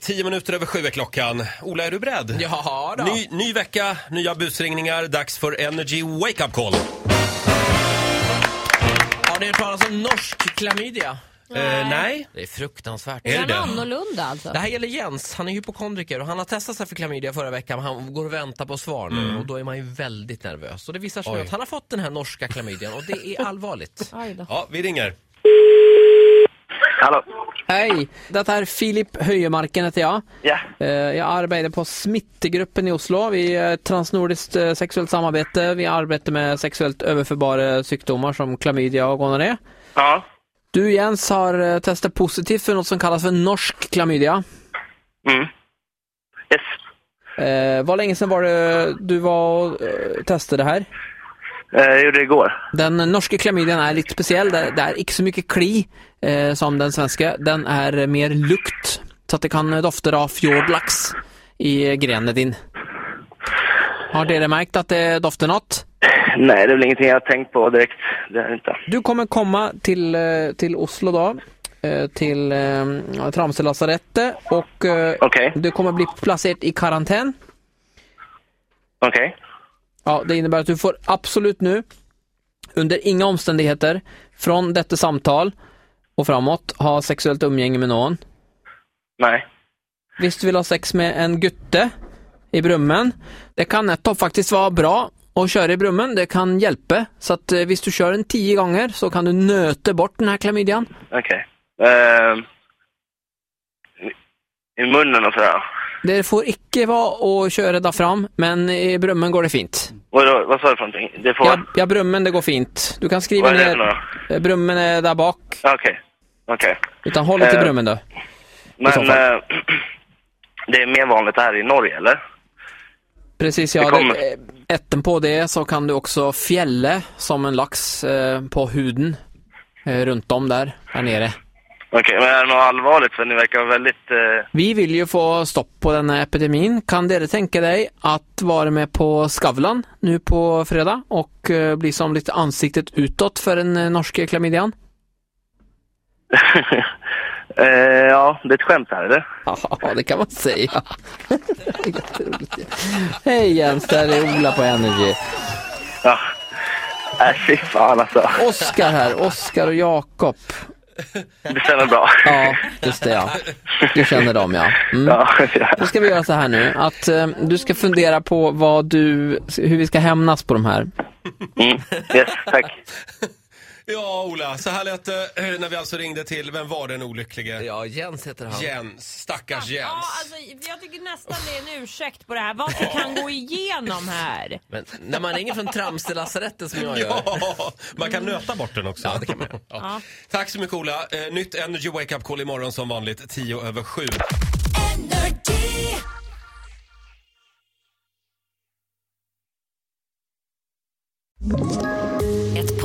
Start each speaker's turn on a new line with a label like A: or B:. A: Tio minuter över sju är klockan. Ola, är du beredd?
B: Jaha då.
A: Ny, ny vecka, nya busringningar. Dags för Energy Wake Up Call. Eh,
B: Har ni hört
A: alltså
B: talas om norsk klamydia?
A: Eh, nej?
B: Det är fruktansvärt.
A: Är det
C: Den är
A: det?
C: annorlunda alltså.
B: Det här gäller Jens, han är hypokondriker och han har testat sig för klamydia förra veckan. men Han går och väntar på svar nu och då är man ju väldigt nervös. Och det visar sig nu
A: Mm. Oj.
B: att han har fått den här norska klamydian och det är allvarligt.
C: Aj då.
A: Ja, vi ringer.
D: Hallå?
E: Hei, dette er Filip Høyemarken heter jeg.
D: Ja.
E: Eh, Jeg arbeider på Smittegruppen i Oslo. Vi eh, transnordisk eh, seksuelt samarbeid. Vi arbeider med seksuelt overførbare sykdommer som klamydia og gonoré.
D: Ja.
E: Du Jens har eh, testat positivt för något som kallas för norsk klamydia.
D: Mm. Yes.
E: Eh, Vad länge sedan var det du var och eh, testade det här?
D: Eh, Jag gjorde det igår.
E: Den norske klamydian är lite speciell. Det, det är inte så mycket kli eh, som den svenska. Den är mer lukt. Så att det kan dofta av fjordlax i grenen din. Har dere märkt att det doftar något?
D: Nej, det är väl ingenting jag har tänkt på direkt. Det är det inte.
E: Du kommer komma till, eh, till Oslo då. eh, Till eh, Tramselasarettet och eh,
D: Okej.
E: du kommer bli placerad i karantän.
D: Okej.
E: Ja, det innebär att du får absolut nu, under inga omständigheter, från detta samtal och framåt, ha sexuellt umgänge med någon.
D: Nej.
E: Visst du vill ha sex med en gutte i brummen, det kan nettopp faktiskt vara bra att köra i brummen, det kan hjälpa. Så att eh, visst du kör den tio gånger så kan du nöta bort den här klamydian.
D: Okej. Ehm, i, I munnen och sådär.
E: Det får icke vara att köra där fram, men i brummen går det fint.
D: Vad, då- vad sa du för någonting? Det får...
E: Ja, ja brummen det går fint. Du kan skriva
D: Vad är det för
E: ner, eh, brummen är där bak,
D: Okej. Okej.
E: utan håll dig till
D: Eh,
E: brummen då. så
D: Men
E: fall.
D: eh, det är mer vanligt här i Norge, eller?
E: Precis,
D: Det
E: ja.
D: kommer.
E: Det, eh, ätten på det så kan du också fjälle som en lax eh, på huden eh, runt om där, här nere.
D: Okej, men är det något allvarligt? För ni verkar väldigt... Eh,
E: Vi vill ju få stopp på den här epidemin. Kan dere tänka dig att vara med på Skavlan nu på fredag och eh, bli som lite ansiktet utåt för den eh, norske klamydian?
D: eh, ja, det är ett skämt här, eller?
E: Ja, det kan man säga. Jätteroligt. Hej Jens, det här är Ola på Energy.
D: Ja. Äh, fy fan alltså.
E: Oskar här, Oskar och Jakob.
D: Det stämmer bra.
E: Ja, just det ja. Du känner dem ja. Mm.
D: Ja, ja.
E: Då ska vi göra så här nu, att eh, du ska fundera på vad du, hur vi ska hämnas på de här.
D: Mm. Yes, tack.
A: Ja, Ola, så här lät det eh, när vi alltså ringde till, vem var den olycklige?
B: Ja, Jens heter han.
A: Jens, stackars
C: Ja,
A: Jens.
C: alltså, jag tycker nästan det är en ursäkt på det här. Vad vi kan gå igenom här.
B: Men när man ringer från Tramselasarettet som jag gör.
A: Ja, man kan nöta bort den också. Ja. Tack så mycket Ola. Eh, Nytt Energy Wake Up Call imorgon som vanligt, 10 över 7.
F: Ett